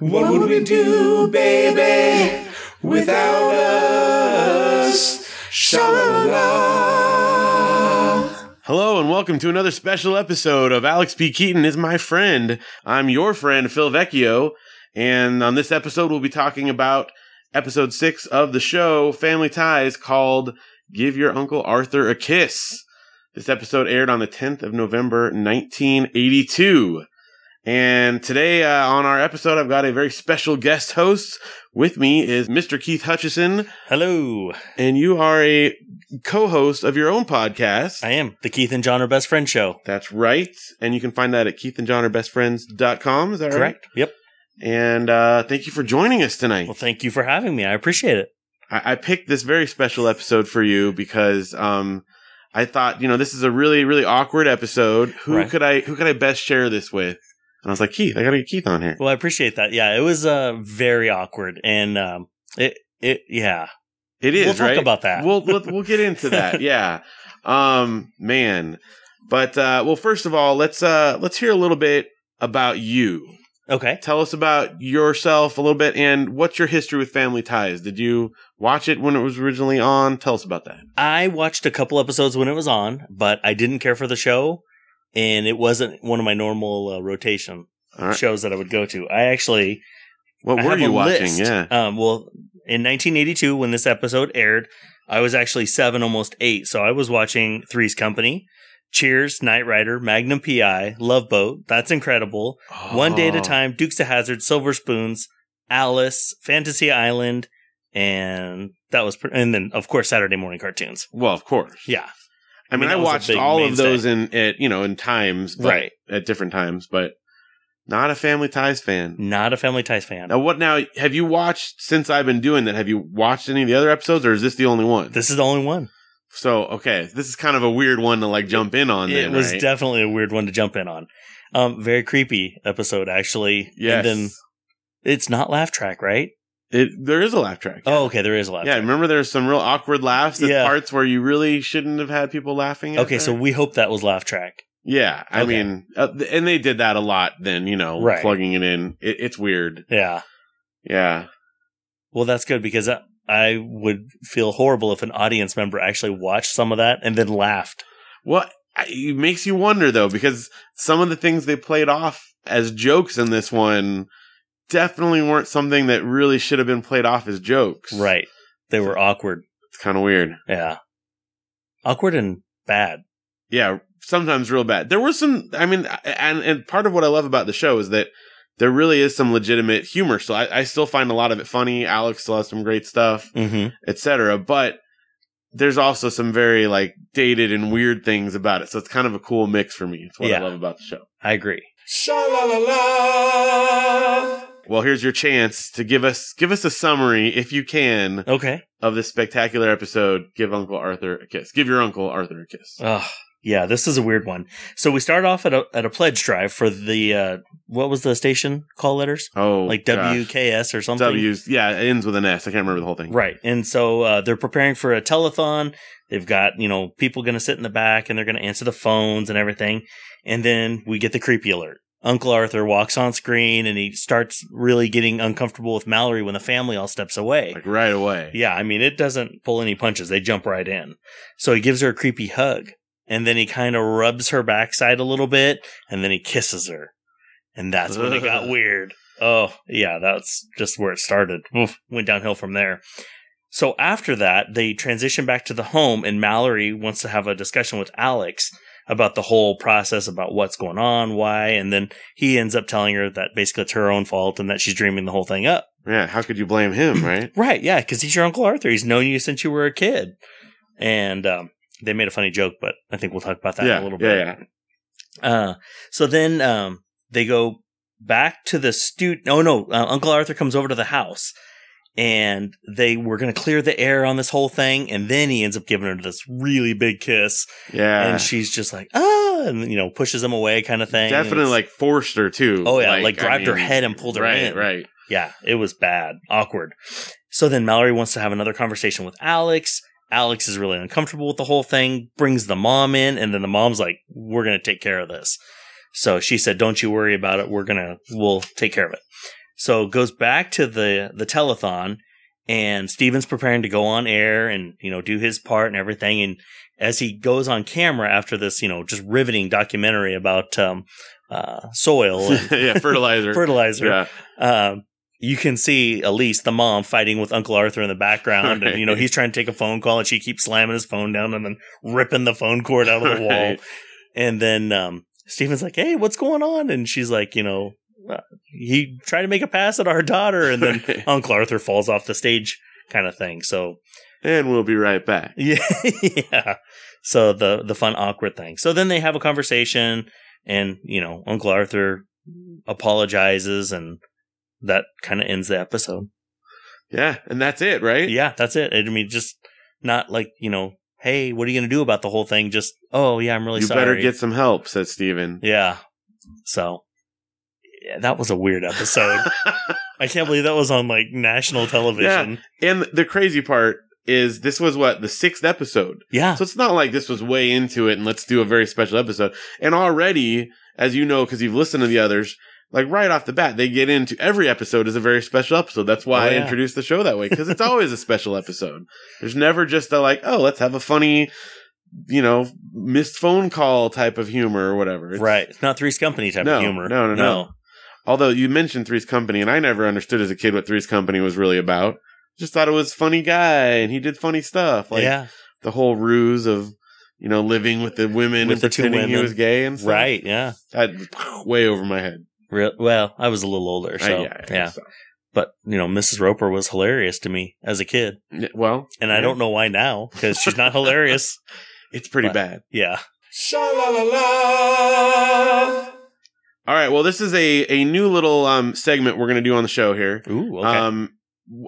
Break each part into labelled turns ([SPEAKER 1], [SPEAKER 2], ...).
[SPEAKER 1] What would we do, baby, without us? Sha-la-la-la.
[SPEAKER 2] Hello and welcome to another special episode of Alex P. Keaton is my friend. I'm your friend, Phil Vecchio. And on this episode, we'll be talking about episode six of the show, Family Ties, called Give Your Uncle Arthur a Kiss. This episode aired on the 10th of November, 1982. And today uh, on our episode, I've got a very special guest host. With me is Mr. Keith Hutchison,
[SPEAKER 3] Hello,
[SPEAKER 2] and you are a co-host of your own podcast.
[SPEAKER 3] I am the Keith and John are best friend show.
[SPEAKER 2] That's right. And you can find that at keithandjohnarbestfriends.com. Is that right?
[SPEAKER 3] Correct. Yep.
[SPEAKER 2] And uh, thank you for joining us tonight.
[SPEAKER 3] Well, thank you for having me. I appreciate it.
[SPEAKER 2] I, I picked this very special episode for you because um, I thought, you know, this is a really, really awkward episode. Who
[SPEAKER 3] Right.
[SPEAKER 2] could I who could I best share this with? And I was like, Keith, I gotta get Keith on here.
[SPEAKER 3] Well, I appreciate that. Yeah, it was uh very awkward, and um, it it yeah.
[SPEAKER 2] It is
[SPEAKER 3] we'll talk
[SPEAKER 2] right.
[SPEAKER 3] about that.
[SPEAKER 2] we'll, we'll we'll get into that. Yeah. Um man. But uh well first of all, let's uh let's hear a little bit about you.
[SPEAKER 3] okay.
[SPEAKER 2] tell us about yourself a little bit and what's your history with family ties did you watch it when it was originally on tell us about that
[SPEAKER 3] I watched a couple episodes when it was on, but I didn't care for the show, and it wasn't one of my normal uh, rotation
[SPEAKER 2] all right
[SPEAKER 3] shows that I would go to. I actually
[SPEAKER 2] what
[SPEAKER 3] I
[SPEAKER 2] were
[SPEAKER 3] have
[SPEAKER 2] you
[SPEAKER 3] a
[SPEAKER 2] watching
[SPEAKER 3] list.
[SPEAKER 2] yeah
[SPEAKER 3] Um, well, in 1982, when this episode aired, I was actually seven, almost eight. So I was watching Three's Company, Cheers, Knight Rider, Magnum PI, Love Boat. That's incredible. One Day at a
[SPEAKER 2] Oh.
[SPEAKER 3] Time, Dukes of Hazard, Silver Spoons, Alice, Fantasy Island, and that was, pre- and then of course Saturday morning cartoons.
[SPEAKER 2] well of course
[SPEAKER 3] Yeah,
[SPEAKER 2] i mean
[SPEAKER 3] mean,
[SPEAKER 2] i,
[SPEAKER 3] that was a
[SPEAKER 2] watched
[SPEAKER 3] big
[SPEAKER 2] all of
[SPEAKER 3] mainstay.
[SPEAKER 2] those in at you know in times but-
[SPEAKER 3] Right.
[SPEAKER 2] at different times but not a family ties fan
[SPEAKER 3] not a Family Ties fan.
[SPEAKER 2] now what now have you watched since i've been doing that have you watched any of the other episodes or is this the only one
[SPEAKER 3] This is the only one.
[SPEAKER 2] so okay this is kind of a weird one to like jump in on
[SPEAKER 3] it
[SPEAKER 2] then,
[SPEAKER 3] was
[SPEAKER 2] right?
[SPEAKER 3] definitely a weird one to jump in on. Um, very creepy episode actually.
[SPEAKER 2] yes
[SPEAKER 3] And then it's not laugh track, right?
[SPEAKER 2] it, there is a laugh track
[SPEAKER 3] Oh, okay. There is a laugh.
[SPEAKER 2] yeah,
[SPEAKER 3] track.
[SPEAKER 2] remember there's some real awkward laughs at
[SPEAKER 3] Yeah.
[SPEAKER 2] parts where you really shouldn't have had people laughing. At
[SPEAKER 3] Okay, so
[SPEAKER 2] her?
[SPEAKER 3] we hope that was laugh track.
[SPEAKER 2] yeah, I
[SPEAKER 3] Okay.
[SPEAKER 2] mean, uh, th- and they did that a lot. Then you know,
[SPEAKER 3] Right.
[SPEAKER 2] plugging it in, it, it's weird.
[SPEAKER 3] Yeah.
[SPEAKER 2] Yeah,
[SPEAKER 3] Well, that's good because I, I would feel horrible if an audience member actually watched some of that and then laughed.
[SPEAKER 2] well, I, it makes you wonder though because some of the things they played off as jokes in this one definitely weren't something that really should have been played off as jokes.
[SPEAKER 3] Right. They were awkward.
[SPEAKER 2] it's kind of weird.
[SPEAKER 3] Yeah. Awkward and bad.
[SPEAKER 2] yeah, sometimes real bad. There were some, I mean, and and part of what I love about the show is that there really is some legitimate humor. So I, I still find a lot of it funny. Alex still has some great stuff,
[SPEAKER 3] Mm-hmm.
[SPEAKER 2] etc. But there's also some very like dated and weird things about it. So it's kind of a cool mix for me. It's what I
[SPEAKER 3] Yeah.
[SPEAKER 2] love about the show.
[SPEAKER 3] I agree.
[SPEAKER 1] Sha-la-la-la.
[SPEAKER 2] Well, here's your chance to give us give us a summary, if you can,
[SPEAKER 3] Okay.
[SPEAKER 2] of this spectacular episode. Give Uncle Arthur a kiss. Give your Uncle Arthur a kiss.
[SPEAKER 3] Ugh. Yeah, this is a weird one. So we start off at a, at a pledge drive for the, uh, what was the station call letters?
[SPEAKER 2] oh,
[SPEAKER 3] Like
[SPEAKER 2] gosh.
[SPEAKER 3] WKS or something?
[SPEAKER 2] W's. Yeah, it ends with an S. I can't remember the whole thing.
[SPEAKER 3] Right. And so uh, they're preparing for a telethon. They've got, you know, people going to sit in the back and they're going to answer the phones and everything. And then we get the creepy alert. Uncle Arthur walks on screen and he starts really getting uncomfortable with Mallory when the family all steps away.
[SPEAKER 2] Like right away.
[SPEAKER 3] Yeah, I mean, it doesn't pull any punches. They jump right in. So he gives her a creepy hug and then he kind of rubs her backside a little bit and then he kisses her. And that's when it got
[SPEAKER 2] Ugh.
[SPEAKER 3] weird. Oh, yeah, that's just where it started. Oof, went downhill from there. So after that, they transition back to the home and Mallory wants to have a discussion with Alex about the whole process, about what's going on, why. And then he ends up telling her that basically it's her own fault and that she's dreaming the whole thing up.
[SPEAKER 2] Yeah, how could you blame him, right?
[SPEAKER 3] Right, yeah, because he's your Uncle Arthur. He's known you since you were a kid. And um, they made a funny joke, but I think we'll talk about that
[SPEAKER 2] yeah,
[SPEAKER 3] in a little
[SPEAKER 2] yeah,
[SPEAKER 3] bit. Uh, so then um, they go back to the stu. Oh no, uh, Uncle Arthur comes over to the house, and they were going to clear the air on this whole thing, and then he ends up giving her this really big kiss,
[SPEAKER 2] yeah. Yeah.
[SPEAKER 3] and she's just like ah, and you know pushes him away, kind of thing.
[SPEAKER 2] Definitely
[SPEAKER 3] It's-
[SPEAKER 2] like forced her too.
[SPEAKER 3] Oh, yeah, like,
[SPEAKER 2] I
[SPEAKER 3] grabbed her
[SPEAKER 2] mean,
[SPEAKER 3] head and pulled her
[SPEAKER 2] right,
[SPEAKER 3] in.
[SPEAKER 2] Right.
[SPEAKER 3] Yeah, it was bad, awkward. So then Mallory wants to have another conversation with Alex. Alex is really uncomfortable with the whole thing, brings the mom in, and then the mom's like, We're going to take care of this. So she said, Don't you worry about it. We're going to, we'll take care of it. So it goes back to the the telethon, and Steven's preparing to go on air and you know do his part and everything. And as he goes on camera after this, you know, just riveting documentary about um, uh, soil and
[SPEAKER 2] yeah, fertilizer.
[SPEAKER 3] fertilizer,
[SPEAKER 2] Yeah.
[SPEAKER 3] um, you can see Elise, the mom, fighting with Uncle Arthur in the background, and you know
[SPEAKER 2] Right.
[SPEAKER 3] he's trying to take a phone call, and she keeps slamming his phone down and then ripping the phone cord out of the wall.
[SPEAKER 2] Right.
[SPEAKER 3] And then um, Steven's like, "Hey, what's going on?" And she's like, "You know, uh, he tried to make a pass at our daughter, and then oh.
[SPEAKER 2] Right.
[SPEAKER 3] Uncle Arthur falls off the stage, kind of thing." So
[SPEAKER 2] and we'll be right back.
[SPEAKER 3] yeah, yeah. So the the fun awkward thing. So then they have a conversation, and you know, Uncle Arthur apologizes, and that kind of ends the episode.
[SPEAKER 2] Yeah, and that's it, right?
[SPEAKER 3] Yeah, that's it. I mean, just not like you know, hey, what are you gonna do about the whole thing? Just oh yeah, I'm really
[SPEAKER 2] you
[SPEAKER 3] sorry.
[SPEAKER 2] better get some help, said Steven.
[SPEAKER 3] yeah. So yeah, that was a weird episode. I can't believe that was on like national television.
[SPEAKER 2] and the crazy part is this was what the sixth episode.
[SPEAKER 3] Yeah.
[SPEAKER 2] So it's not like this was way into it and let's do a very special episode. And already, as you know, because you've listened to the others, like right off the bat, they get into every episode is a very special episode. That's why
[SPEAKER 3] Oh, yeah.
[SPEAKER 2] I introduced the show that way because it's always a special episode. There's never just a like, oh, let's have a funny, you know, missed phone call type of humor or whatever. It's-
[SPEAKER 3] right. It's not Three's Company type
[SPEAKER 2] No,
[SPEAKER 3] of humor.
[SPEAKER 2] no, no, no. Although you mentioned Three's Company, and I never understood as a kid what Three's Company was really about. Just thought it was funny guy and he did funny stuff. Like
[SPEAKER 3] yeah.
[SPEAKER 2] the whole ruse of, you know, living with the women
[SPEAKER 3] With
[SPEAKER 2] and
[SPEAKER 3] the two
[SPEAKER 2] pretending he
[SPEAKER 3] women.
[SPEAKER 2] was gay and stuff.
[SPEAKER 3] Right. Yeah.
[SPEAKER 2] That was way over my head.
[SPEAKER 3] Real, well, I was a little older, so
[SPEAKER 2] I-
[SPEAKER 3] yeah,
[SPEAKER 2] so.
[SPEAKER 3] But you know, Mrs. Roper was hilarious to me as a kid,
[SPEAKER 2] Yeah, Well,
[SPEAKER 3] and I
[SPEAKER 2] yeah,
[SPEAKER 3] don't know why now because she's not hilarious.
[SPEAKER 2] It's pretty
[SPEAKER 3] But-
[SPEAKER 2] bad.
[SPEAKER 3] Yeah,
[SPEAKER 1] Sha la la la.
[SPEAKER 2] All right. Well, this is a, a new little um, segment we're going to do on the show here.
[SPEAKER 3] ooh,
[SPEAKER 2] Um,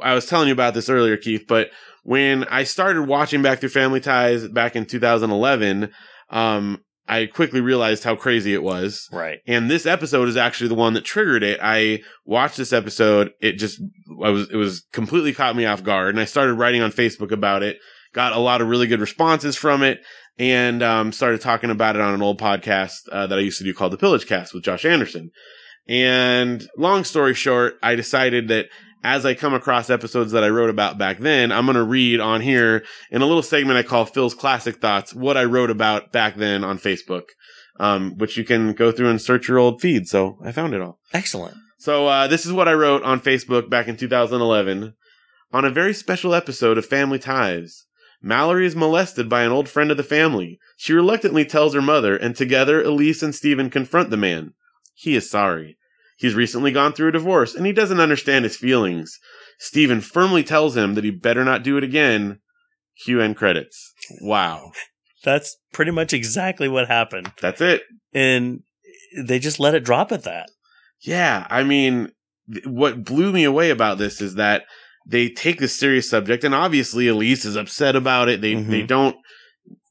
[SPEAKER 2] I was telling you about this earlier, Keith, but when I started watching back through Family Ties back in 2011, um, I quickly realized how crazy it was.
[SPEAKER 3] right,
[SPEAKER 2] And this episode is actually the one that triggered it. I watched this episode. It just, I was, it was completely caught me off guard. And I started writing on Facebook about it, got a lot of really good responses from it, and um, started talking about it on an old podcast uh, that I used to do called The Pillage Cast with Josh Anderson. And long story short, I decided that as I come across episodes that I wrote about back then, I'm going to read on here in a little segment I call Phil's Classic Thoughts, what I wrote about back then on Facebook, um, which you can go through and search your old feed. So I found it all.
[SPEAKER 3] excellent.
[SPEAKER 2] So uh, this is what I wrote on Facebook back in 2011. On a very special episode of Family Ties, Mallory is molested by an old friend of the family. She reluctantly tells her mother, and together Elise and Stephen confront the man. He is sorry. He's recently gone through a divorce, and he doesn't understand his feelings. Stephen firmly tells him that he better not do it again. Cue end credits. Wow.
[SPEAKER 3] That's pretty much exactly what happened,
[SPEAKER 2] That's it.
[SPEAKER 3] and they just let it drop at that.
[SPEAKER 2] Yeah, I mean, th- what blew me away about this is that they take this serious subject, and obviously Elise is upset about it. They
[SPEAKER 3] Mhm.
[SPEAKER 2] they don't.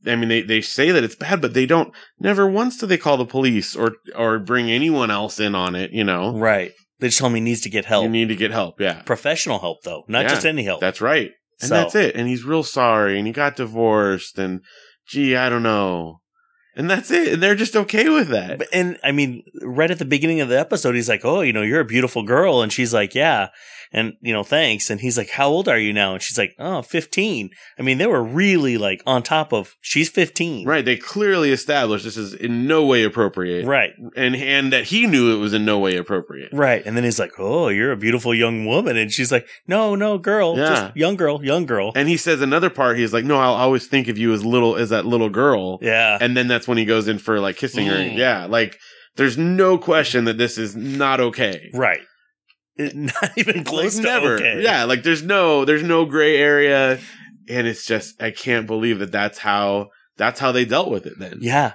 [SPEAKER 2] I mean, they, they say that it's bad, but they don't. Never once do they call the police or or bring anyone else in on it. You know,
[SPEAKER 3] Right, they just told me he needs to get help,
[SPEAKER 2] you need to get help. Yeah,
[SPEAKER 3] professional help though, not
[SPEAKER 2] Yeah,
[SPEAKER 3] just any help.
[SPEAKER 2] that's right, and
[SPEAKER 3] So-
[SPEAKER 2] that's it. And he's real sorry, and he got divorced, and gee, I don't know, and that's it. And they're just okay with that.
[SPEAKER 3] But- And I mean, right at the beginning of the episode, he's like, "Oh, you know, you're a beautiful girl," and she's like, "Yeah," and you know, thanks. And he's like, "How old are you now?" And she's like, "Oh, 15. I mean, they were really like on top of. She's fifteen,
[SPEAKER 2] right? They clearly established this is in no way appropriate.
[SPEAKER 3] Right,
[SPEAKER 2] and and that he knew it was in no way appropriate.
[SPEAKER 3] right. And then he's like, "Oh, you're a beautiful young woman," and she's like, "No, no, girl,
[SPEAKER 2] Yeah.
[SPEAKER 3] just young girl, young girl."
[SPEAKER 2] And he says another part. He's like, "No, I'll always think of you as little as that little girl."
[SPEAKER 3] yeah,
[SPEAKER 2] And then that's when he goes in for like kissing her.
[SPEAKER 3] Mm.
[SPEAKER 2] Yeah, like there's no question that this is not okay.
[SPEAKER 3] right. It- not even close
[SPEAKER 2] Like,
[SPEAKER 3] to
[SPEAKER 2] never.
[SPEAKER 3] okay.
[SPEAKER 2] Yeah, like there's no there's no gray area, and it's just I can't believe that that's how that's how they dealt with it then.
[SPEAKER 3] yeah.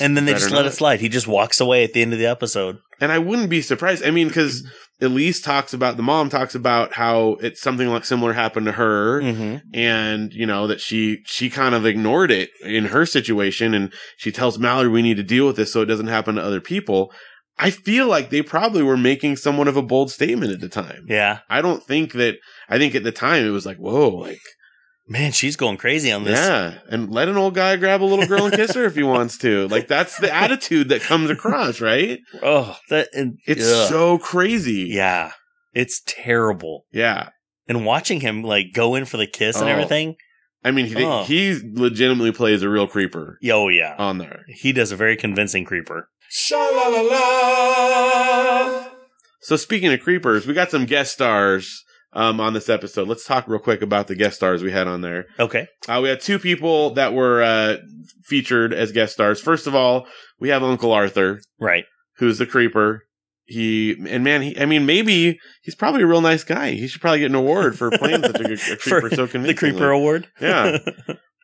[SPEAKER 3] And then they
[SPEAKER 2] Better
[SPEAKER 3] just let
[SPEAKER 2] not.
[SPEAKER 3] it slide. He just walks away at the end of the episode.
[SPEAKER 2] And I wouldn't be surprised. I mean, because Elise talks about the mom talks about how it's something like similar happened to her.
[SPEAKER 3] Mm-hmm.
[SPEAKER 2] and you know that she she kind of ignored it in her situation and she tells mallory we need to deal with this so it doesn't happen to other people i feel like they probably were making somewhat of a bold statement at the time
[SPEAKER 3] Yeah,
[SPEAKER 2] i don't think that i think at the time it was like whoa like
[SPEAKER 3] man, she's going crazy on this.
[SPEAKER 2] yeah and let an old guy grab a little girl and kiss her if he wants to like that's the attitude that comes across right
[SPEAKER 3] Oh, that and
[SPEAKER 2] it's
[SPEAKER 3] ugh.
[SPEAKER 2] so crazy
[SPEAKER 3] yeah, It's terrible.
[SPEAKER 2] Yeah.
[SPEAKER 3] And watching him like go in for the kiss and
[SPEAKER 2] Oh.
[SPEAKER 3] everything.
[SPEAKER 2] I mean, he,
[SPEAKER 3] Oh.
[SPEAKER 2] he legitimately plays a real creeper
[SPEAKER 3] Yeah, Oh yeah.
[SPEAKER 2] on there.
[SPEAKER 3] He does a very convincing creeper.
[SPEAKER 1] sha la la la,
[SPEAKER 2] So speaking of creepers, we got some guest stars um, on this episode. Let's talk real quick about the guest stars we had on there.
[SPEAKER 3] Okay.
[SPEAKER 2] Uh, we had two people that were uh, featured as guest stars. First of all, we have Uncle Arthur,
[SPEAKER 3] Right.
[SPEAKER 2] who's the creeper. He and man, he, I mean, maybe he's probably a real nice guy. He should probably get an award for playing such a, good, a
[SPEAKER 3] For
[SPEAKER 2] creeper so
[SPEAKER 3] The
[SPEAKER 2] convincingly.
[SPEAKER 3] Creeper Award.
[SPEAKER 2] yeah.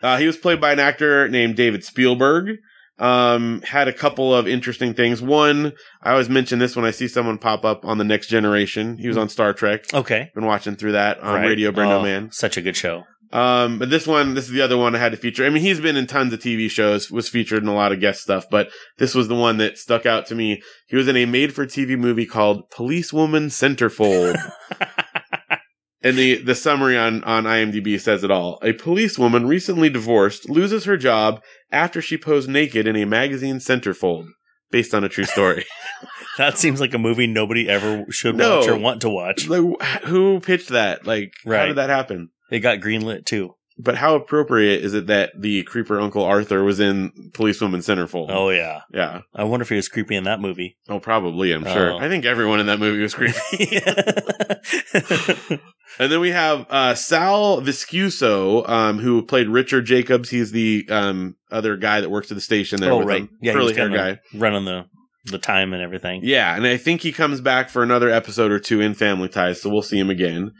[SPEAKER 2] Uh, he was played by an actor named David Spielberg. Um, had a couple of interesting things. One, I always mention this when I see someone pop up on the Next Generation. He was on Star Trek.
[SPEAKER 3] Okay.
[SPEAKER 2] Been watching through that on
[SPEAKER 3] Hmm. Right.
[SPEAKER 2] Radio Brendo
[SPEAKER 3] Oh,
[SPEAKER 2] Man.
[SPEAKER 3] Such a good show.
[SPEAKER 2] Um, but this one, this is the other one I had to feature. I mean, he's been in tons of TV shows, was featured in a lot of guest stuff, but this was the one that stuck out to me. He was in a made for TV movie called Policewoman Centerfold. And the, the summary on, on IMDb says it all. A policewoman recently divorced loses her job after she posed naked in a magazine centerfold based on a true story.
[SPEAKER 3] That seems like a movie nobody ever should
[SPEAKER 2] No.
[SPEAKER 3] watch or want to watch.
[SPEAKER 2] like, who pitched that? Like, how
[SPEAKER 3] Right.
[SPEAKER 2] did that happen?
[SPEAKER 3] It got greenlit too.
[SPEAKER 2] But how appropriate is it that the creeper Uncle Arthur was in Policewoman Centerfold?
[SPEAKER 3] Oh yeah.
[SPEAKER 2] yeah.
[SPEAKER 3] I wonder if he was creepy in that movie.
[SPEAKER 2] Oh, probably, I'm sure.
[SPEAKER 3] Oh.
[SPEAKER 2] I think everyone in that movie was creepy. and then we have uh, Sal Viscuso, um, who played Richard Jacobs. He's the um, other guy that works at the station there.
[SPEAKER 3] oh
[SPEAKER 2] with
[SPEAKER 3] right.
[SPEAKER 2] him.
[SPEAKER 3] Yeah, he
[SPEAKER 2] curly
[SPEAKER 3] was
[SPEAKER 2] hair
[SPEAKER 3] kind
[SPEAKER 2] guy.
[SPEAKER 3] of running the the time and everything.
[SPEAKER 2] Yeah, and I think he comes back for another episode or two in Family Ties, so we'll see him again.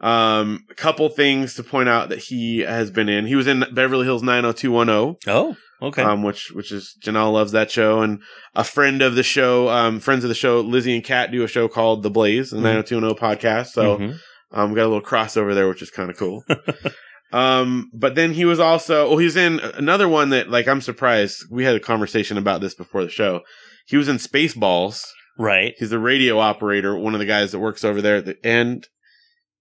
[SPEAKER 2] Um, a couple things to point out that he has been in. He was in Beverly Hills 90210.
[SPEAKER 3] Oh, okay.
[SPEAKER 2] um, which which is Janelle loves that show, and a friend of the show, um, friends of the show, Lizzie and Kat do a show called The Blaze, the
[SPEAKER 3] Mhm.
[SPEAKER 2] 90210 podcast. So
[SPEAKER 3] Mhm.
[SPEAKER 2] um, we got a little crossover there, which is kind of cool. um, but then he was also, oh, he's in another one that like I'm surprised we had a conversation about this before the show. He was in Spaceballs.
[SPEAKER 3] right.
[SPEAKER 2] He's a radio operator, one of the guys that works over there. At the, and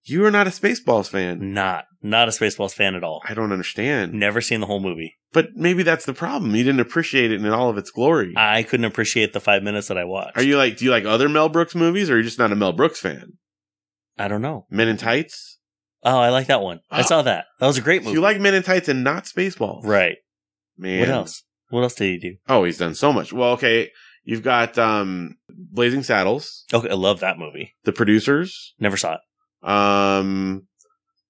[SPEAKER 2] you are not a Spaceballs fan.
[SPEAKER 3] Not not a Spaceballs fan at all.
[SPEAKER 2] I don't understand.
[SPEAKER 3] Never seen the whole movie.
[SPEAKER 2] But maybe that's the problem. You didn't appreciate it in all of its glory.
[SPEAKER 3] I couldn't appreciate the five minutes that I watched.
[SPEAKER 2] Are you like, do you like other Mel Brooks movies or are you just not a Mel Brooks fan?
[SPEAKER 3] I don't know.
[SPEAKER 2] Men in Tights?
[SPEAKER 3] Oh, I like that one. I
[SPEAKER 2] Ah.
[SPEAKER 3] saw that. That was a great
[SPEAKER 2] So
[SPEAKER 3] movie.
[SPEAKER 2] you like Men in Tights and not Spaceballs?
[SPEAKER 3] right.
[SPEAKER 2] Man.
[SPEAKER 3] What else? What else did he do?
[SPEAKER 2] Oh, he's done so much. Well, okay. You've got um, Blazing Saddles,
[SPEAKER 3] Okay, I love that movie.
[SPEAKER 2] The Producers.
[SPEAKER 3] Never saw it.
[SPEAKER 2] Um,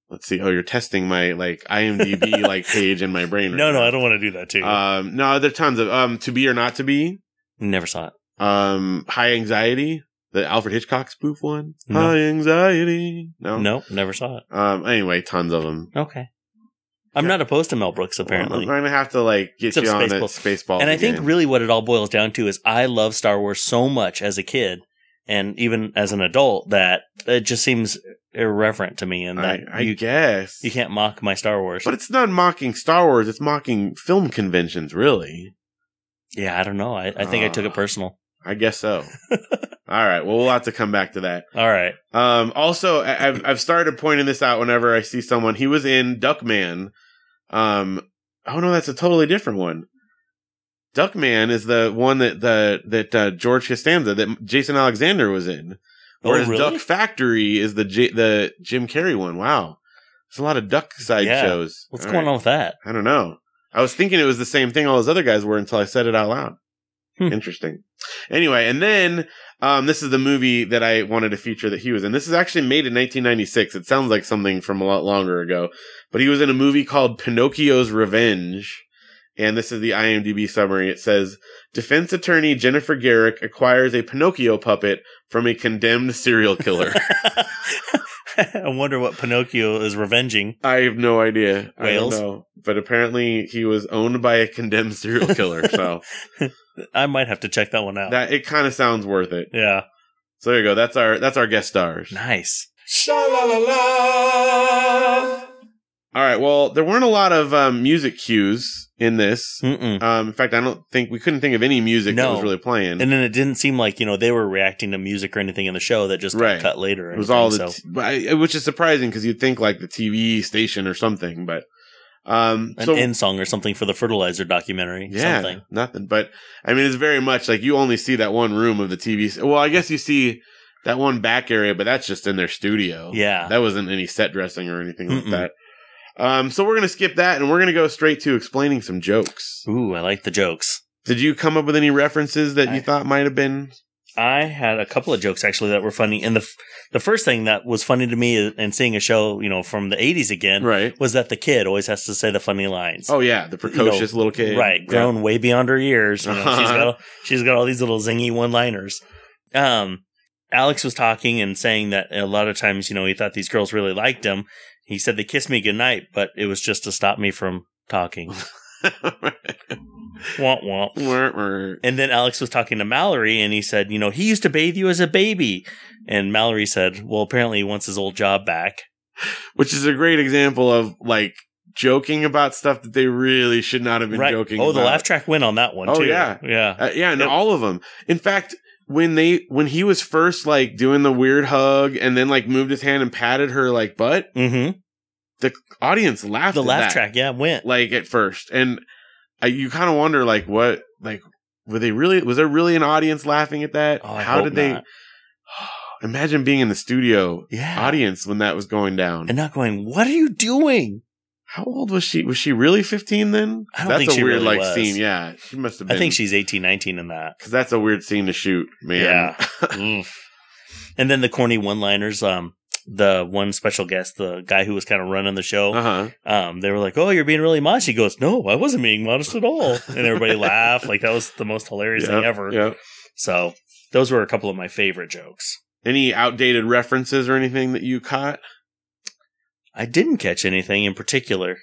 [SPEAKER 2] let's see. Oh, you're testing my like IMDb like page in my brain.
[SPEAKER 3] No, no, I don't want to do that too.
[SPEAKER 2] Um, no, there are tons of um, To Be or Not to Be,
[SPEAKER 3] Never saw it.
[SPEAKER 2] um, High Anxiety, the Alfred Hitchcock spoof one.
[SPEAKER 3] No.
[SPEAKER 2] High Anxiety. No.
[SPEAKER 3] Nope, never saw it.
[SPEAKER 2] Um, anyway, tons of them.
[SPEAKER 3] Okay. I'm
[SPEAKER 2] Yeah. Oh,
[SPEAKER 3] not opposed to Mel Brooks apparently.
[SPEAKER 2] Well, I'm gonna have to like get
[SPEAKER 3] Except
[SPEAKER 2] you on that
[SPEAKER 3] Spaceballs.
[SPEAKER 2] Spaceballs.
[SPEAKER 3] and I think
[SPEAKER 2] again.
[SPEAKER 3] really what it all boils down to is I love Star Wars so much as a kid and even as an adult that it just seems irreverent to me and that
[SPEAKER 2] I, I
[SPEAKER 3] you,
[SPEAKER 2] guess
[SPEAKER 3] you can't mock my Star Wars.
[SPEAKER 2] But it's not mocking Star Wars; it's mocking film conventions. Really,
[SPEAKER 3] yeah, I don't know. I, I think I took
[SPEAKER 2] Ah.
[SPEAKER 3] it personal.
[SPEAKER 2] I guess so. All right. Well, we'll have to come back to that.
[SPEAKER 3] All right.
[SPEAKER 2] Um, also, I, I've I've started pointing this out whenever I see someone. He was in Duckman. Um, oh no, that's a totally different one. Duckman is the one that the that uh, George Costanza that Jason Alexander was in.
[SPEAKER 3] Oh,
[SPEAKER 2] Whereas
[SPEAKER 3] really?
[SPEAKER 2] Duck Factory is the J- the Jim Carrey one. Wow, there's a lot of duck side
[SPEAKER 3] Yeah.
[SPEAKER 2] shows.
[SPEAKER 3] What's going on with that?
[SPEAKER 2] on? I don't know. I was thinking it was the same thing all those other guys were until I said it out loud.
[SPEAKER 3] Hmm.
[SPEAKER 2] Interesting. Anyway, and then um, this is the movie that I wanted to feature that he was in. This is actually made in 1996. It sounds like something from a lot longer ago, but he was in a movie called Pinocchio's Revenge. And this is the IMDb summary. It says, defense attorney Jennifer Garrick acquires a Pinocchio puppet from a condemned serial killer.
[SPEAKER 3] I wonder what Pinocchio is revenging.
[SPEAKER 2] I have no idea. I
[SPEAKER 3] Whales?
[SPEAKER 2] don't know. But apparently he was owned by a condemned serial killer. So
[SPEAKER 3] I might have to check that one out.
[SPEAKER 2] that it kind of sounds worth it.
[SPEAKER 3] yeah.
[SPEAKER 2] So there you go. That's our, that's our guest stars.
[SPEAKER 3] Nice.
[SPEAKER 1] sha la la la,
[SPEAKER 2] All right. Well, there weren't a lot of um, music cues in this.
[SPEAKER 3] Mm-mm.
[SPEAKER 2] Um, in fact, I don't think we couldn't think of any music that
[SPEAKER 3] Hmm. No.
[SPEAKER 2] was really playing.
[SPEAKER 3] And then it didn't seem like, you know, they were reacting to music or anything in the show that just got
[SPEAKER 2] Right.
[SPEAKER 3] cut later. or
[SPEAKER 2] it was all the,
[SPEAKER 3] anything,
[SPEAKER 2] t- but I- which is surprising because you'd think like the TV station or something, but um,
[SPEAKER 3] an
[SPEAKER 2] so
[SPEAKER 3] end song or something for the fertilizer documentary.
[SPEAKER 2] yeah,
[SPEAKER 3] Something.
[SPEAKER 2] nothing. But I mean, it's very much like you only see that one room of the TV. s- Well, I guess you see that one back area, but that's just in their studio.
[SPEAKER 3] Yeah.
[SPEAKER 2] That wasn't any set dressing or anything
[SPEAKER 3] Mm-mm.
[SPEAKER 2] like that. Um, so we're going to skip that and we're going to go straight to explaining some jokes.
[SPEAKER 3] Ooh, I like the jokes.
[SPEAKER 2] Did you come up with any references that
[SPEAKER 3] I-
[SPEAKER 2] you thought might have been?
[SPEAKER 3] I had a couple of jokes actually that were funny, and the f- the first thing that was funny to me and seeing a show you know from the '80s again
[SPEAKER 2] Right.
[SPEAKER 3] was that the kid always has to say the funny lines.
[SPEAKER 2] Oh, yeah. The precocious little kid.
[SPEAKER 3] right,
[SPEAKER 2] Yeah.
[SPEAKER 3] grown way beyond her years. You know, she's
[SPEAKER 2] Uh-huh.
[SPEAKER 3] got she's got all these little zingy one liners. Um, Alex was talking and saying that a lot of times you know he thought these girls really liked him. He said they kissed me goodnight, but it was just to stop me from talking. womp womp.
[SPEAKER 2] Wah, wah.
[SPEAKER 3] And then Alex was talking to Mallory and he said, you know, he used to bathe you as a baby. And Mallory said, well, apparently he wants his old job back.
[SPEAKER 2] Which is a great example of like joking about stuff that they really should not have been
[SPEAKER 3] Right.
[SPEAKER 2] joking
[SPEAKER 3] oh,
[SPEAKER 2] about.
[SPEAKER 3] the laugh track went on that one
[SPEAKER 2] Oh,
[SPEAKER 3] too.
[SPEAKER 2] yeah.
[SPEAKER 3] Yeah.
[SPEAKER 2] Uh, yeah, and
[SPEAKER 3] Yep.
[SPEAKER 2] all of them. In fact, when they when he was first like doing the weird hug and then like moved his hand and patted her like butt,
[SPEAKER 3] Mm-hmm.
[SPEAKER 2] audience laughed.
[SPEAKER 3] The
[SPEAKER 2] at
[SPEAKER 3] laugh
[SPEAKER 2] that,
[SPEAKER 3] track, yeah, went.
[SPEAKER 2] like at first, and uh, you kind of wonder like what like were they really was there really an audience laughing at that?
[SPEAKER 3] Oh, I
[SPEAKER 2] How
[SPEAKER 3] hope
[SPEAKER 2] did they
[SPEAKER 3] not.
[SPEAKER 2] imagine being in the studio
[SPEAKER 3] Yeah.
[SPEAKER 2] audience when that was going down?
[SPEAKER 3] and not going, what are you doing?
[SPEAKER 2] How old was she? Was she really fifteen then?
[SPEAKER 3] I don't
[SPEAKER 2] that's
[SPEAKER 3] think
[SPEAKER 2] a
[SPEAKER 3] she
[SPEAKER 2] weird
[SPEAKER 3] really
[SPEAKER 2] like
[SPEAKER 3] was.
[SPEAKER 2] scene. Yeah, she must have been.
[SPEAKER 3] I think she's 18, 19 in that.
[SPEAKER 2] because that's a weird scene to shoot, man.
[SPEAKER 3] Yeah. Oof. And then the corny one liners, um, the one special guest, the guy who was kind of running the show,
[SPEAKER 2] Uh huh.
[SPEAKER 3] um, they were like, "Oh, you're being really modest." He goes, "No, I wasn't being modest at all," and everybody laughed. Like that was the most hilarious thing ever.
[SPEAKER 2] Yep.
[SPEAKER 3] So those were a couple of my favorite jokes.
[SPEAKER 2] Any outdated references or anything that you caught?
[SPEAKER 3] I didn't catch anything in particular.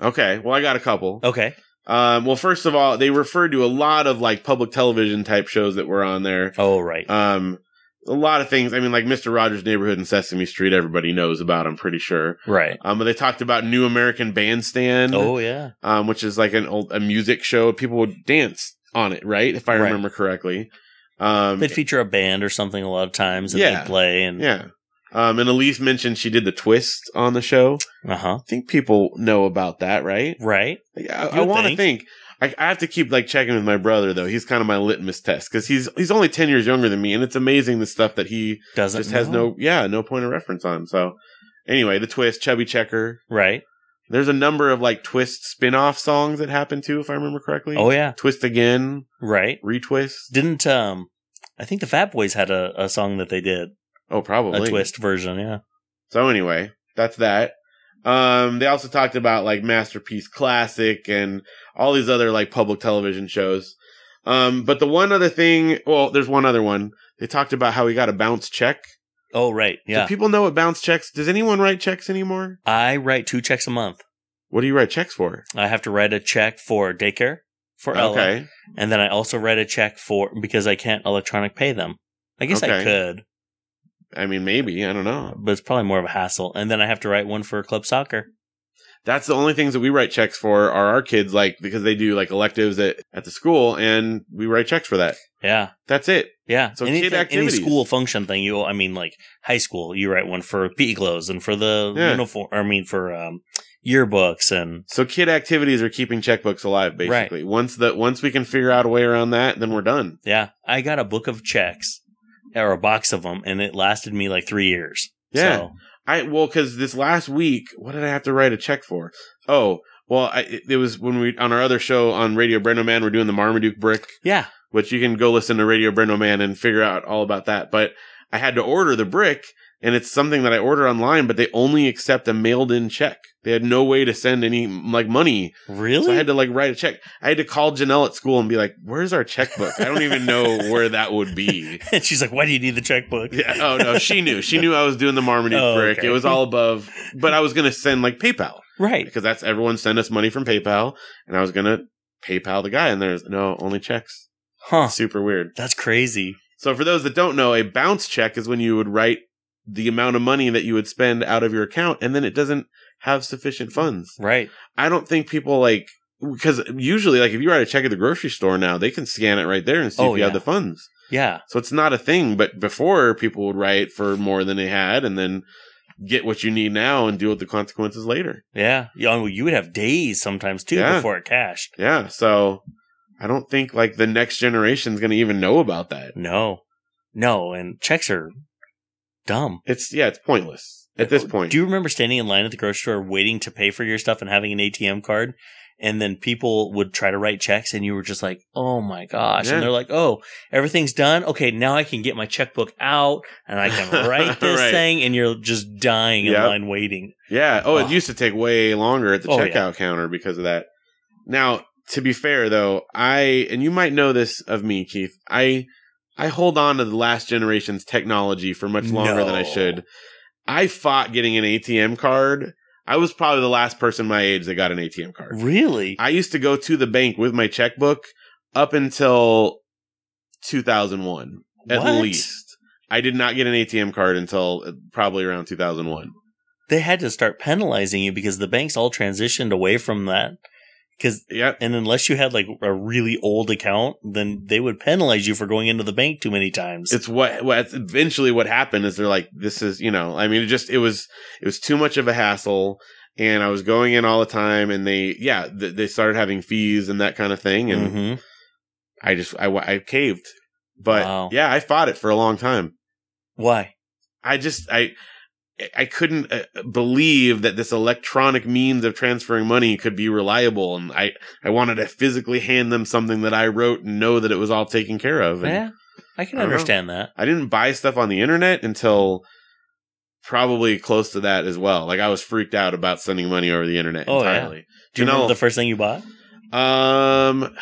[SPEAKER 2] Okay, well, I got a couple.
[SPEAKER 3] Okay.
[SPEAKER 2] Um, well, first of all, they referred to a lot of like public television type shows that were on there.
[SPEAKER 3] Oh right.
[SPEAKER 2] Um, a lot of things. I mean, like Mister Rogers' Neighborhood and Sesame Street. Everybody knows about. I'm pretty sure.
[SPEAKER 3] right.
[SPEAKER 2] Um, but they talked about New American Bandstand,
[SPEAKER 3] Oh yeah.
[SPEAKER 2] um, which is like an old a music show. People would dance on it, right? If I
[SPEAKER 3] Right.
[SPEAKER 2] remember correctly. Um,
[SPEAKER 3] They'd feature a band or something a lot of times, and
[SPEAKER 2] Yeah.
[SPEAKER 3] they'd play and
[SPEAKER 2] yeah. Um, and Elise mentioned she did the twist on the show.
[SPEAKER 3] uh huh.
[SPEAKER 2] I think people know about that, right?
[SPEAKER 3] Right.
[SPEAKER 2] Like, I,
[SPEAKER 3] You
[SPEAKER 2] I want to
[SPEAKER 3] think.
[SPEAKER 2] think. I, I have to keep like checking with my brother though. He's kind of my litmus test because he's he's only ten years younger than me, and it's amazing the stuff that he
[SPEAKER 3] Doesn't
[SPEAKER 2] just has
[SPEAKER 3] know.
[SPEAKER 2] no yeah no point of reference on. So anyway, the twist, Chubby Checker.
[SPEAKER 3] right.
[SPEAKER 2] There's a number of like twist spin off songs that happened too, if I remember correctly.
[SPEAKER 3] Oh yeah.
[SPEAKER 2] twist again,
[SPEAKER 3] Right.
[SPEAKER 2] retwist.
[SPEAKER 3] Didn't um. I think the Fat Boys had a, a song that they did,
[SPEAKER 2] Oh, probably
[SPEAKER 3] a twist version, yeah.
[SPEAKER 2] So anyway, that's that. Um, they also talked about like Masterpiece Classic and all these other like public television shows. Um, but the one other thing, well, there's one other one. They talked about how we got a bounce check.
[SPEAKER 3] Oh, right, yeah.
[SPEAKER 2] Do people know what bounce checks? Does anyone write checks anymore?
[SPEAKER 3] I write two checks a month.
[SPEAKER 2] What do you write checks for?
[SPEAKER 3] I have to write a check for daycare for Ella,
[SPEAKER 2] Okay.
[SPEAKER 3] and then I also write a check for because I can't electronic pay them. I guess I
[SPEAKER 2] Okay.
[SPEAKER 3] could,
[SPEAKER 2] I mean, maybe, I don't know.
[SPEAKER 3] but it's probably more of a hassle. And then I have to write one for club soccer.
[SPEAKER 2] That's the only things that we write checks for are our kids, like, because they do like electives at, at the school and we write checks for that.
[SPEAKER 3] Yeah,
[SPEAKER 2] That's it.
[SPEAKER 3] yeah.
[SPEAKER 2] So kid
[SPEAKER 3] Anything- any
[SPEAKER 2] activities.
[SPEAKER 3] school function thing. You, I mean, like high school, you write one for E PE clothes and for the
[SPEAKER 2] Yeah.
[SPEAKER 3] uniform. I mean, for um, yearbooks and
[SPEAKER 2] So kid activities are keeping checkbooks alive, basically. Once the once we can figure out a way around that, then we're done.
[SPEAKER 3] yeah. I got a book of checks or a box of them, and it lasted me like three years.
[SPEAKER 2] Yeah.
[SPEAKER 3] So,
[SPEAKER 2] I well, because this last week, what did I have to write a check for? Oh, well, I, it, it was when we on our other show on Radio Brendo Man, we're doing the Marmaduke brick,
[SPEAKER 3] yeah.
[SPEAKER 2] which you can go listen to Radio Brendo Man and figure out all about that. But I had to order the brick, and it's something that I order online, but they only accept a mailed in check. They had no way to send any like money
[SPEAKER 3] Really?
[SPEAKER 2] So I had to like write a check. I had to call Janelle at school and be like, "Where's our checkbook? I don't even know where that would be."
[SPEAKER 3] and she's like, "Why do you need the checkbook?"
[SPEAKER 2] Yeah. Oh no, she knew. She knew I was doing the Marmaduke
[SPEAKER 3] Oh,
[SPEAKER 2] brick.
[SPEAKER 3] okay.
[SPEAKER 2] It was all above, but I was gonna send like PayPal
[SPEAKER 3] Right.
[SPEAKER 2] because that's everyone send us money from PayPal, and I was gonna PayPal the guy, and there's no only checks.
[SPEAKER 3] Huh.
[SPEAKER 2] Super weird.
[SPEAKER 3] That's crazy.
[SPEAKER 2] So for those that don't know, a bounce check is when you would write the amount of money that you would spend out of your account, and then it doesn't have sufficient funds.
[SPEAKER 3] Right.
[SPEAKER 2] I don't think people like because usually like if you write a check at the grocery store now, they can scan it right there and see
[SPEAKER 3] Oh,
[SPEAKER 2] if you have
[SPEAKER 3] yeah.
[SPEAKER 2] the funds.
[SPEAKER 3] Yeah.
[SPEAKER 2] So it's not a thing. But before people would write for more than they had and then get what you need now and deal with the consequences later.
[SPEAKER 3] Yeah. You, know, you would have days sometimes too
[SPEAKER 2] Yeah.
[SPEAKER 3] before it cashed.
[SPEAKER 2] Yeah. So I don't think like the next generation's gonna even know about that.
[SPEAKER 3] No. No. And checks are dumb.
[SPEAKER 2] It's yeah, it's pointless at this point.
[SPEAKER 3] Do you remember standing in line at the grocery store waiting to pay for your stuff and having an ATM card? And then people would try to write checks and you were just like, oh my gosh.
[SPEAKER 2] Yeah.
[SPEAKER 3] And they're like, oh, everything's done. Okay, now I can get my checkbook out and I can write this
[SPEAKER 2] Right.
[SPEAKER 3] thing. And you're just dying in
[SPEAKER 2] Yep.
[SPEAKER 3] line waiting.
[SPEAKER 2] yeah. Oh, it
[SPEAKER 3] Oh.
[SPEAKER 2] used to take way longer at the
[SPEAKER 3] Oh,
[SPEAKER 2] checkout
[SPEAKER 3] yeah.
[SPEAKER 2] counter because of that. Now, to be fair though, I and you might know this of me, Keith. I I hold on to the last generation's technology for much longer than I
[SPEAKER 3] No.
[SPEAKER 2] should. I fought getting an ATM card. I was probably the last person my age that got an ATM card.
[SPEAKER 3] Really?
[SPEAKER 2] I used to go to the bank with my checkbook up until 2001 at
[SPEAKER 3] What?
[SPEAKER 2] least. I did not get an ATM card until uh, probably around 2001.
[SPEAKER 3] They had to start penalizing you because the banks all transitioned away from that. Because,
[SPEAKER 2] Yep.
[SPEAKER 3] and unless you had like a really old account, then they would penalize you for going into the bank too many times.
[SPEAKER 2] It's what, what it's eventually what happened is they're like, this is, you know, I mean, it just, it was, it was too much of a hassle and I was going in all the time and they, yeah, th- they started having fees and that kind of thing. And
[SPEAKER 3] Mhm.
[SPEAKER 2] I just, I, wa- I caved, but
[SPEAKER 3] Wow.
[SPEAKER 2] yeah, I fought it for a long time.
[SPEAKER 3] Why?
[SPEAKER 2] I just I I couldn't uh, believe that this electronic means of transferring money could be reliable, and I I wanted to physically hand them something that I wrote and know that it was all taken care of. And
[SPEAKER 3] Yeah, I can
[SPEAKER 2] I don't know.
[SPEAKER 3] understand that.
[SPEAKER 2] I didn't buy stuff on the internet until probably close to that as well. Like I was freaked out about sending money over the internet
[SPEAKER 3] Oh, yeah.
[SPEAKER 2] entirely.
[SPEAKER 3] Do you
[SPEAKER 2] You know-
[SPEAKER 3] remember the first thing you bought?
[SPEAKER 2] Um,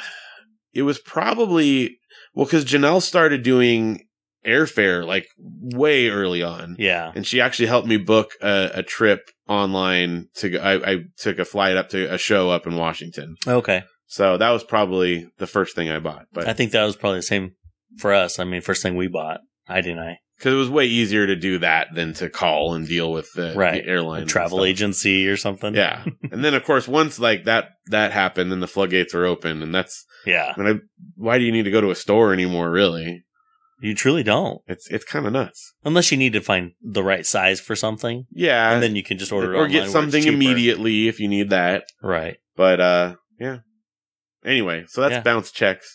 [SPEAKER 2] it was probably well because Janelle started doing airfare like way early on.
[SPEAKER 3] Yeah.
[SPEAKER 2] and she actually helped me book a, a trip online to go. I, I took a flight up to a show up in Washington.
[SPEAKER 3] Okay.
[SPEAKER 2] So that was probably the first thing I bought, but
[SPEAKER 3] I think that was probably the same for us. I mean, first thing we bought, I didn't I?
[SPEAKER 2] because it was way easier to do that than to call and deal with the,
[SPEAKER 3] Right.
[SPEAKER 2] the airline
[SPEAKER 3] A
[SPEAKER 2] and
[SPEAKER 3] travel
[SPEAKER 2] stuff.
[SPEAKER 3] agency or something.
[SPEAKER 2] Yeah, and then of course once like that that happened, then the floodgates are open, and that's
[SPEAKER 3] Yeah.
[SPEAKER 2] I mean, I, why do you need to go to a store anymore? Really,
[SPEAKER 3] You truly don't.
[SPEAKER 2] it's it's kind of nuts.
[SPEAKER 3] Unless you need to find the right size for something.
[SPEAKER 2] Yeah,
[SPEAKER 3] And then you can just order it
[SPEAKER 2] Uh, or
[SPEAKER 3] online where
[SPEAKER 2] get
[SPEAKER 3] it's
[SPEAKER 2] something
[SPEAKER 3] cheaper.
[SPEAKER 2] immediately if you need that.
[SPEAKER 3] Right.
[SPEAKER 2] But uh yeah. Anyway, so that's
[SPEAKER 3] Yeah.
[SPEAKER 2] bounce checks.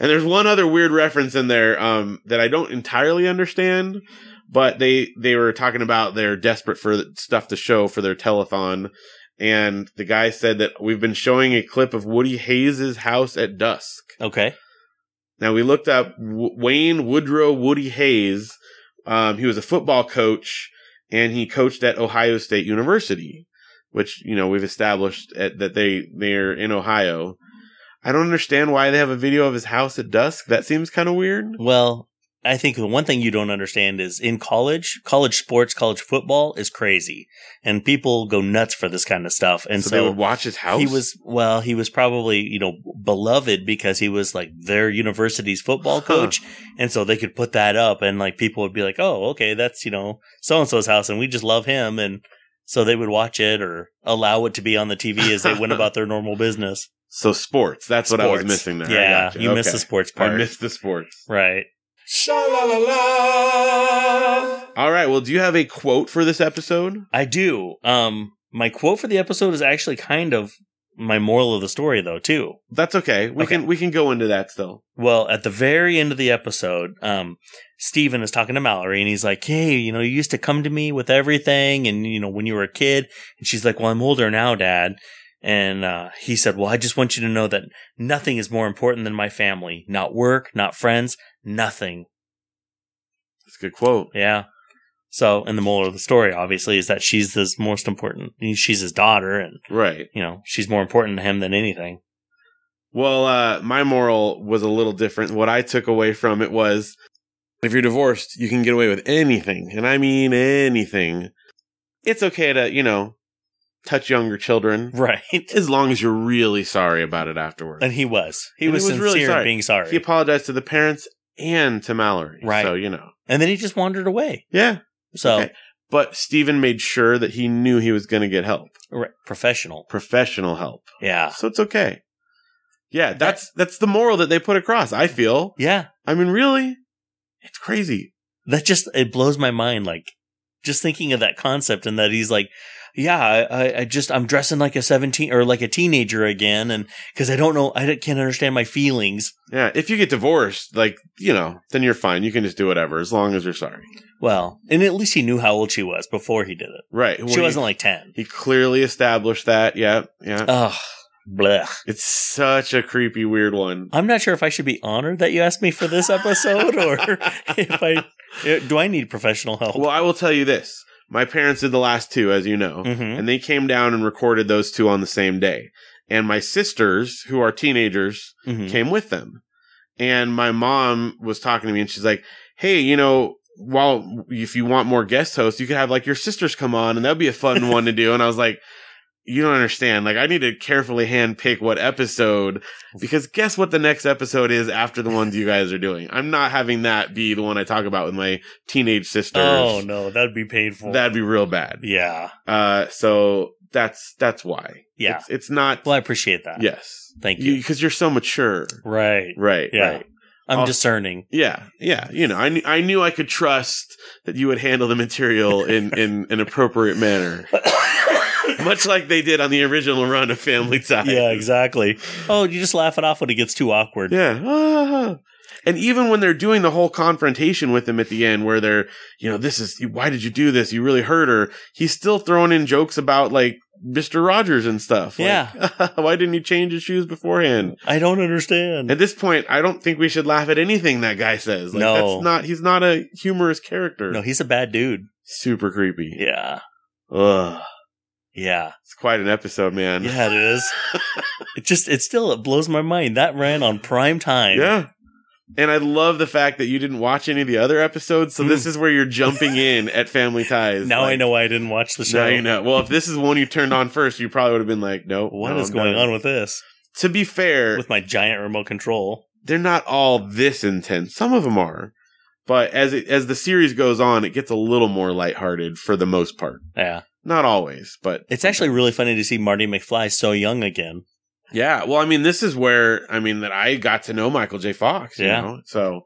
[SPEAKER 2] And there's one other weird reference in there um that I don't entirely understand, but they they were talking about they're desperate for stuff to show for their telethon and the guy said that we've been showing a clip of Woody Hayes' house at dusk.
[SPEAKER 3] Okay.
[SPEAKER 2] Now we looked up w- Wayne Woodrow Woody Hayes. Um, he was a football coach, and he coached at Ohio State University, which you know we've established at, that they they're in Ohio. I don't understand why they have a video of his house at dusk. That seems kind of weird.
[SPEAKER 3] Well, I think the one thing you don't understand is in college, college sports, college football is crazy. And people go nuts for this kind of stuff. And
[SPEAKER 2] And
[SPEAKER 3] so,
[SPEAKER 2] so, they would watch his house.
[SPEAKER 3] He was well. He was probably you know beloved because he was like their university's football
[SPEAKER 2] Huh.
[SPEAKER 3] coach, and so they could put that up, and like people would be like, "Oh, okay, that's you know so and so's house, and we just love him," and so they would watch it or allow it to be on the TV as they went about their normal business.
[SPEAKER 2] so sports. That's what I was
[SPEAKER 3] Sports.
[SPEAKER 2] missing there. I
[SPEAKER 3] Yeah,
[SPEAKER 2] gotcha.
[SPEAKER 3] you missed
[SPEAKER 2] Okay.
[SPEAKER 3] the sports
[SPEAKER 2] I
[SPEAKER 3] part,
[SPEAKER 2] missed the sports.
[SPEAKER 3] right?
[SPEAKER 2] All right. Well, do you have a quote for this episode?
[SPEAKER 3] I do. Um, my quote for the episode is actually kind of my moral of the story, though, too.
[SPEAKER 2] That's okay. We
[SPEAKER 3] Okay.
[SPEAKER 2] can we can go into that still.
[SPEAKER 3] Well, at the very end of the episode, um, Steven is talking to Mallory and he's like, Hey, you know, you used to come to me with everything. And, you know, when you were a kid, and she's like, Well, I'm older now, dad. And, uh, he said, Well, I just want you to know that nothing is more important than my family, not work, not friends, nothing.
[SPEAKER 2] That's a good quote.
[SPEAKER 3] Yeah. So, and the moral of the story, obviously, is that she's his most important. She's his daughter and,
[SPEAKER 2] Right.
[SPEAKER 3] you know, she's more important to him than anything.
[SPEAKER 2] Well, uh, my moral was a little different. What I took away from it was if you're divorced, you can get away with anything. And I mean anything. It's okay to, you know, touch younger children
[SPEAKER 3] Right.
[SPEAKER 2] as long as you're really sorry about it afterwards.
[SPEAKER 3] And he was. He
[SPEAKER 2] And he
[SPEAKER 3] was,
[SPEAKER 2] was
[SPEAKER 3] sincere
[SPEAKER 2] really
[SPEAKER 3] in
[SPEAKER 2] sorry.
[SPEAKER 3] being sorry.
[SPEAKER 2] he apologized to the parents and to Mallory.
[SPEAKER 3] Right.
[SPEAKER 2] So, you know.
[SPEAKER 3] and then he just wandered away.
[SPEAKER 2] Yeah.
[SPEAKER 3] So
[SPEAKER 2] Okay. But Steven made sure that he knew he was going to get help,
[SPEAKER 3] right, professional.
[SPEAKER 2] professional help.
[SPEAKER 3] Yeah.
[SPEAKER 2] So it's okay. Yeah, that's that's the moral that they put across, I feel.
[SPEAKER 3] Yeah.
[SPEAKER 2] I mean, really? It's crazy.
[SPEAKER 3] That just it blows my mind like just thinking of that concept and that he's like yeah, I- I, I just I'm dressing like a seventeen or like a teenager again, and because I don't know, I don't- can't understand my feelings.
[SPEAKER 2] Yeah, if you get divorced, like you know, then you're fine. You can just do whatever as long as you're sorry.
[SPEAKER 3] Well, and at least he knew how old she was before he did it.
[SPEAKER 2] Right?
[SPEAKER 3] she
[SPEAKER 2] Well,
[SPEAKER 3] wasn't
[SPEAKER 2] He,
[SPEAKER 3] like ten.
[SPEAKER 2] he clearly established that. Yeah, yeah.
[SPEAKER 3] Ugh, blech.
[SPEAKER 2] it's such a creepy, weird one.
[SPEAKER 3] I'm not sure if I should be honored that you asked me for this episode, or if I eh, do I need professional help.
[SPEAKER 2] Well, I will tell you this: my parents did the last two, as you know,
[SPEAKER 3] Mhm.
[SPEAKER 2] and they came down and recorded those two on the same day. And my sisters, who are teenagers,
[SPEAKER 3] Mhm.
[SPEAKER 2] came with them. And my mom was talking to me and she's like, Hey, you know, while if you want more guest hosts, you could have like your sisters come on and that'd be a fun one to do. And I was like, you don't understand. Like I need to carefully hand pick what episode because guess what the next episode is after the ones you guys are doing. I'm not having that be the one I talk about with my teenage sisters.
[SPEAKER 3] Oh no, that'd be painful.
[SPEAKER 2] That'd be real bad.
[SPEAKER 3] yeah,
[SPEAKER 2] Uh, so that's, that's why.
[SPEAKER 3] yeah.
[SPEAKER 2] It's, it's not.
[SPEAKER 3] Well, I appreciate that.
[SPEAKER 2] yes.
[SPEAKER 3] thank you.
[SPEAKER 2] You, cause you're so mature.
[SPEAKER 3] Right.
[SPEAKER 2] Right.
[SPEAKER 3] Yeah.
[SPEAKER 2] Right.
[SPEAKER 3] I'm
[SPEAKER 2] I'll-
[SPEAKER 3] discerning.
[SPEAKER 2] Yeah, yeah. You know, I, kn- I knew I could trust that you would handle the material in, in an appropriate manner, much like they did on the original run of Family Ties.
[SPEAKER 3] yeah, exactly. Oh, you just laugh it off when it gets too awkward.
[SPEAKER 2] Yeah. Ah. And even when they're doing the whole confrontation with him at the end, where they're, you know, this is, why did you do this? You really hurt her. He's still throwing in jokes about, like, Mr. Rogers and stuff. Like,
[SPEAKER 3] Yeah.
[SPEAKER 2] why didn't you change his shoes beforehand?
[SPEAKER 3] I don't understand.
[SPEAKER 2] At this point, I don't think we should laugh at anything that guy says. Like,
[SPEAKER 3] No.
[SPEAKER 2] That's not, he's not a humorous character.
[SPEAKER 3] no, he's a bad dude.
[SPEAKER 2] Super creepy.
[SPEAKER 3] Yeah.
[SPEAKER 2] Ugh.
[SPEAKER 3] Yeah.
[SPEAKER 2] It's quite an episode, man.
[SPEAKER 3] Yeah, it is. it just it still it blows my mind. That ran on prime time.
[SPEAKER 2] Yeah. And I love the fact that you didn't watch any of the other episodes, so this is where you're jumping in at Family Ties.
[SPEAKER 3] Hmm. Now I
[SPEAKER 2] Like,
[SPEAKER 3] know why I didn't watch the show.
[SPEAKER 2] Now you know. Well, if this is one you turned on first, you probably would have been like, "No,
[SPEAKER 3] What
[SPEAKER 2] no,
[SPEAKER 3] is going
[SPEAKER 2] no.
[SPEAKER 3] on with this?
[SPEAKER 2] To be fair,
[SPEAKER 3] With my giant remote control.
[SPEAKER 2] they're not all this intense. Some of them are, but as it, as the series goes on, it gets a little more lighthearted for the most part.
[SPEAKER 3] Yeah.
[SPEAKER 2] Not always, but
[SPEAKER 3] It's actually really funny to see Marty McFly so young again.
[SPEAKER 2] Yeah, well, I mean, this is where I mean that I got to know Michael J. Fox. You
[SPEAKER 3] Yeah.
[SPEAKER 2] know? so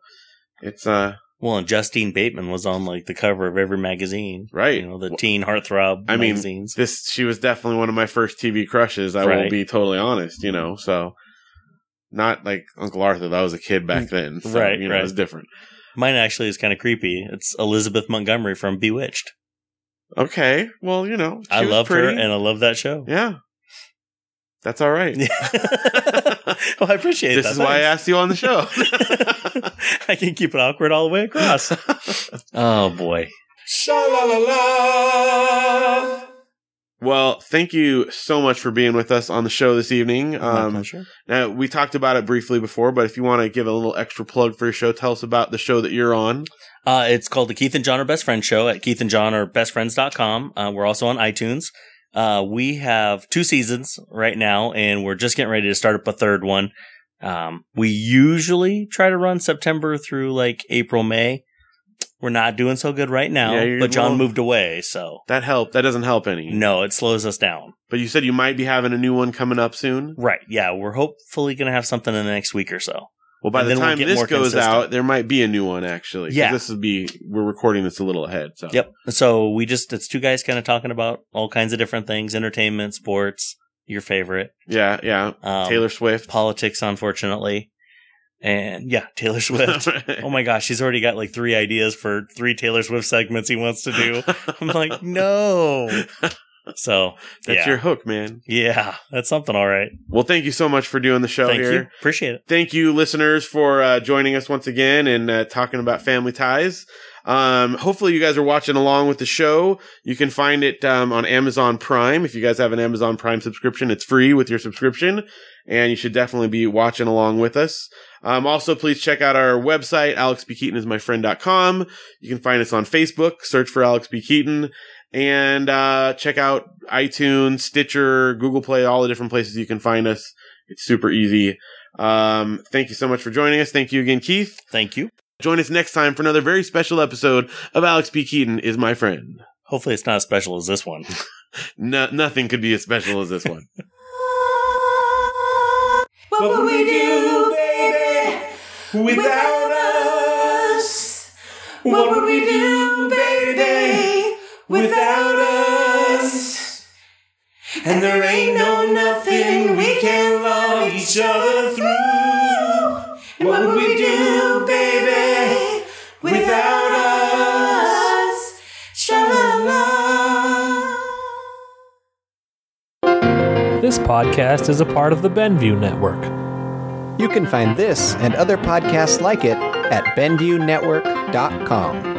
[SPEAKER 2] it's uh
[SPEAKER 3] Well, and Justine Bateman was on like the cover of every magazine.
[SPEAKER 2] right.
[SPEAKER 3] You know, the teen heartthrob
[SPEAKER 2] I mean,
[SPEAKER 3] magazines.
[SPEAKER 2] this she was definitely one of my first TV crushes. I will
[SPEAKER 3] Right.
[SPEAKER 2] be totally honest. You know, so not like Uncle Arthur. That was a kid back then. So,
[SPEAKER 3] Mm, Right,
[SPEAKER 2] you know,
[SPEAKER 3] right.
[SPEAKER 2] it was different.
[SPEAKER 3] Mine actually is kind of creepy. It's Elizabeth Montgomery from Bewitched.
[SPEAKER 2] Okay, well, you know, she
[SPEAKER 3] I
[SPEAKER 2] was
[SPEAKER 3] loved her
[SPEAKER 2] pretty.
[SPEAKER 3] and I love that show.
[SPEAKER 2] yeah, that's all right.
[SPEAKER 3] well, I appreciate
[SPEAKER 2] this
[SPEAKER 3] that.
[SPEAKER 2] is why I asked you on the show.
[SPEAKER 3] Thanks. I can keep it awkward all the way across. oh boy.
[SPEAKER 2] Well, thank you so much for being with us on the show this evening.
[SPEAKER 3] My
[SPEAKER 2] Um,
[SPEAKER 3] pleasure.
[SPEAKER 2] now, we talked about it briefly before, but if you want to give a little extra plug for your show, tell us about the show that you're on.
[SPEAKER 3] Uh, it's called the Keith and John are best friends show at Keith and John are bestfriends.com. Uh, we're also on iTunes. Uh, we have two seasons right now and we're just getting ready to start up a third one. Um, we usually try to run September through like April, May. We're not doing so good right now,
[SPEAKER 2] Yeah, you're
[SPEAKER 3] but John
[SPEAKER 2] low.
[SPEAKER 3] moved away. So
[SPEAKER 2] That helped. That doesn't help any.
[SPEAKER 3] no, it slows us down.
[SPEAKER 2] But you said you might be having a new one coming up soon.
[SPEAKER 3] Right. Yeah. We're hopefully going to have something in the next week or so.
[SPEAKER 2] Well, by
[SPEAKER 3] And
[SPEAKER 2] the
[SPEAKER 3] then we'll
[SPEAKER 2] time
[SPEAKER 3] get
[SPEAKER 2] this
[SPEAKER 3] more
[SPEAKER 2] goes
[SPEAKER 3] consistent.
[SPEAKER 2] out, there might be a new one actually. 'Cause
[SPEAKER 3] Yeah.
[SPEAKER 2] This would be we're recording this a little ahead. So
[SPEAKER 3] Yep. So we just, it's two guys kind of talking about all kinds of different things entertainment, sports, your favorite.
[SPEAKER 2] Yeah, yeah.
[SPEAKER 3] Um,
[SPEAKER 2] Taylor Swift.
[SPEAKER 3] politics, unfortunately. And yeah, Taylor Swift. oh my gosh, he's already got like three ideas for three Taylor Swift segments he wants to do. I'm like, no. So
[SPEAKER 2] That's
[SPEAKER 3] yeah.
[SPEAKER 2] your hook, man.
[SPEAKER 3] yeah, that's something all right.
[SPEAKER 2] Well, thank you so much for doing the show
[SPEAKER 3] Thank
[SPEAKER 2] here.
[SPEAKER 3] you. Appreciate it.
[SPEAKER 2] Thank you, listeners, for uh, joining us once again and uh, talking about family ties. Um, hopefully, you guys are watching along with the show. You can find it um, on Amazon Prime. If you guys have an Amazon Prime subscription, it's free with your subscription, and you should definitely be watching along with us. Um, also, please check out our website, alexbkeatonismyfriend.com. You can find us on Facebook, search for Alex B. Keaton, and uh, check out iTunes, Stitcher, Google Play, all the different places you can find us. It's super easy. Um, thank you so much for joining us. Thank you again, Keith.
[SPEAKER 3] Thank you.
[SPEAKER 2] Join us next time for another very special episode of Alex B. Keaton is my friend.
[SPEAKER 3] Hopefully it's not as special as this one.
[SPEAKER 2] No, nothing could be as special as this one.
[SPEAKER 4] What would we do, baby, without us? What would we do, baby, without us?
[SPEAKER 1] And there ain't no nothing we can love each other through. What would we do, baby, without us? Sha-la-la.
[SPEAKER 5] This podcast is a part of the Benview Network.
[SPEAKER 6] You can find this and other podcasts like it at BenviewNetwork.com.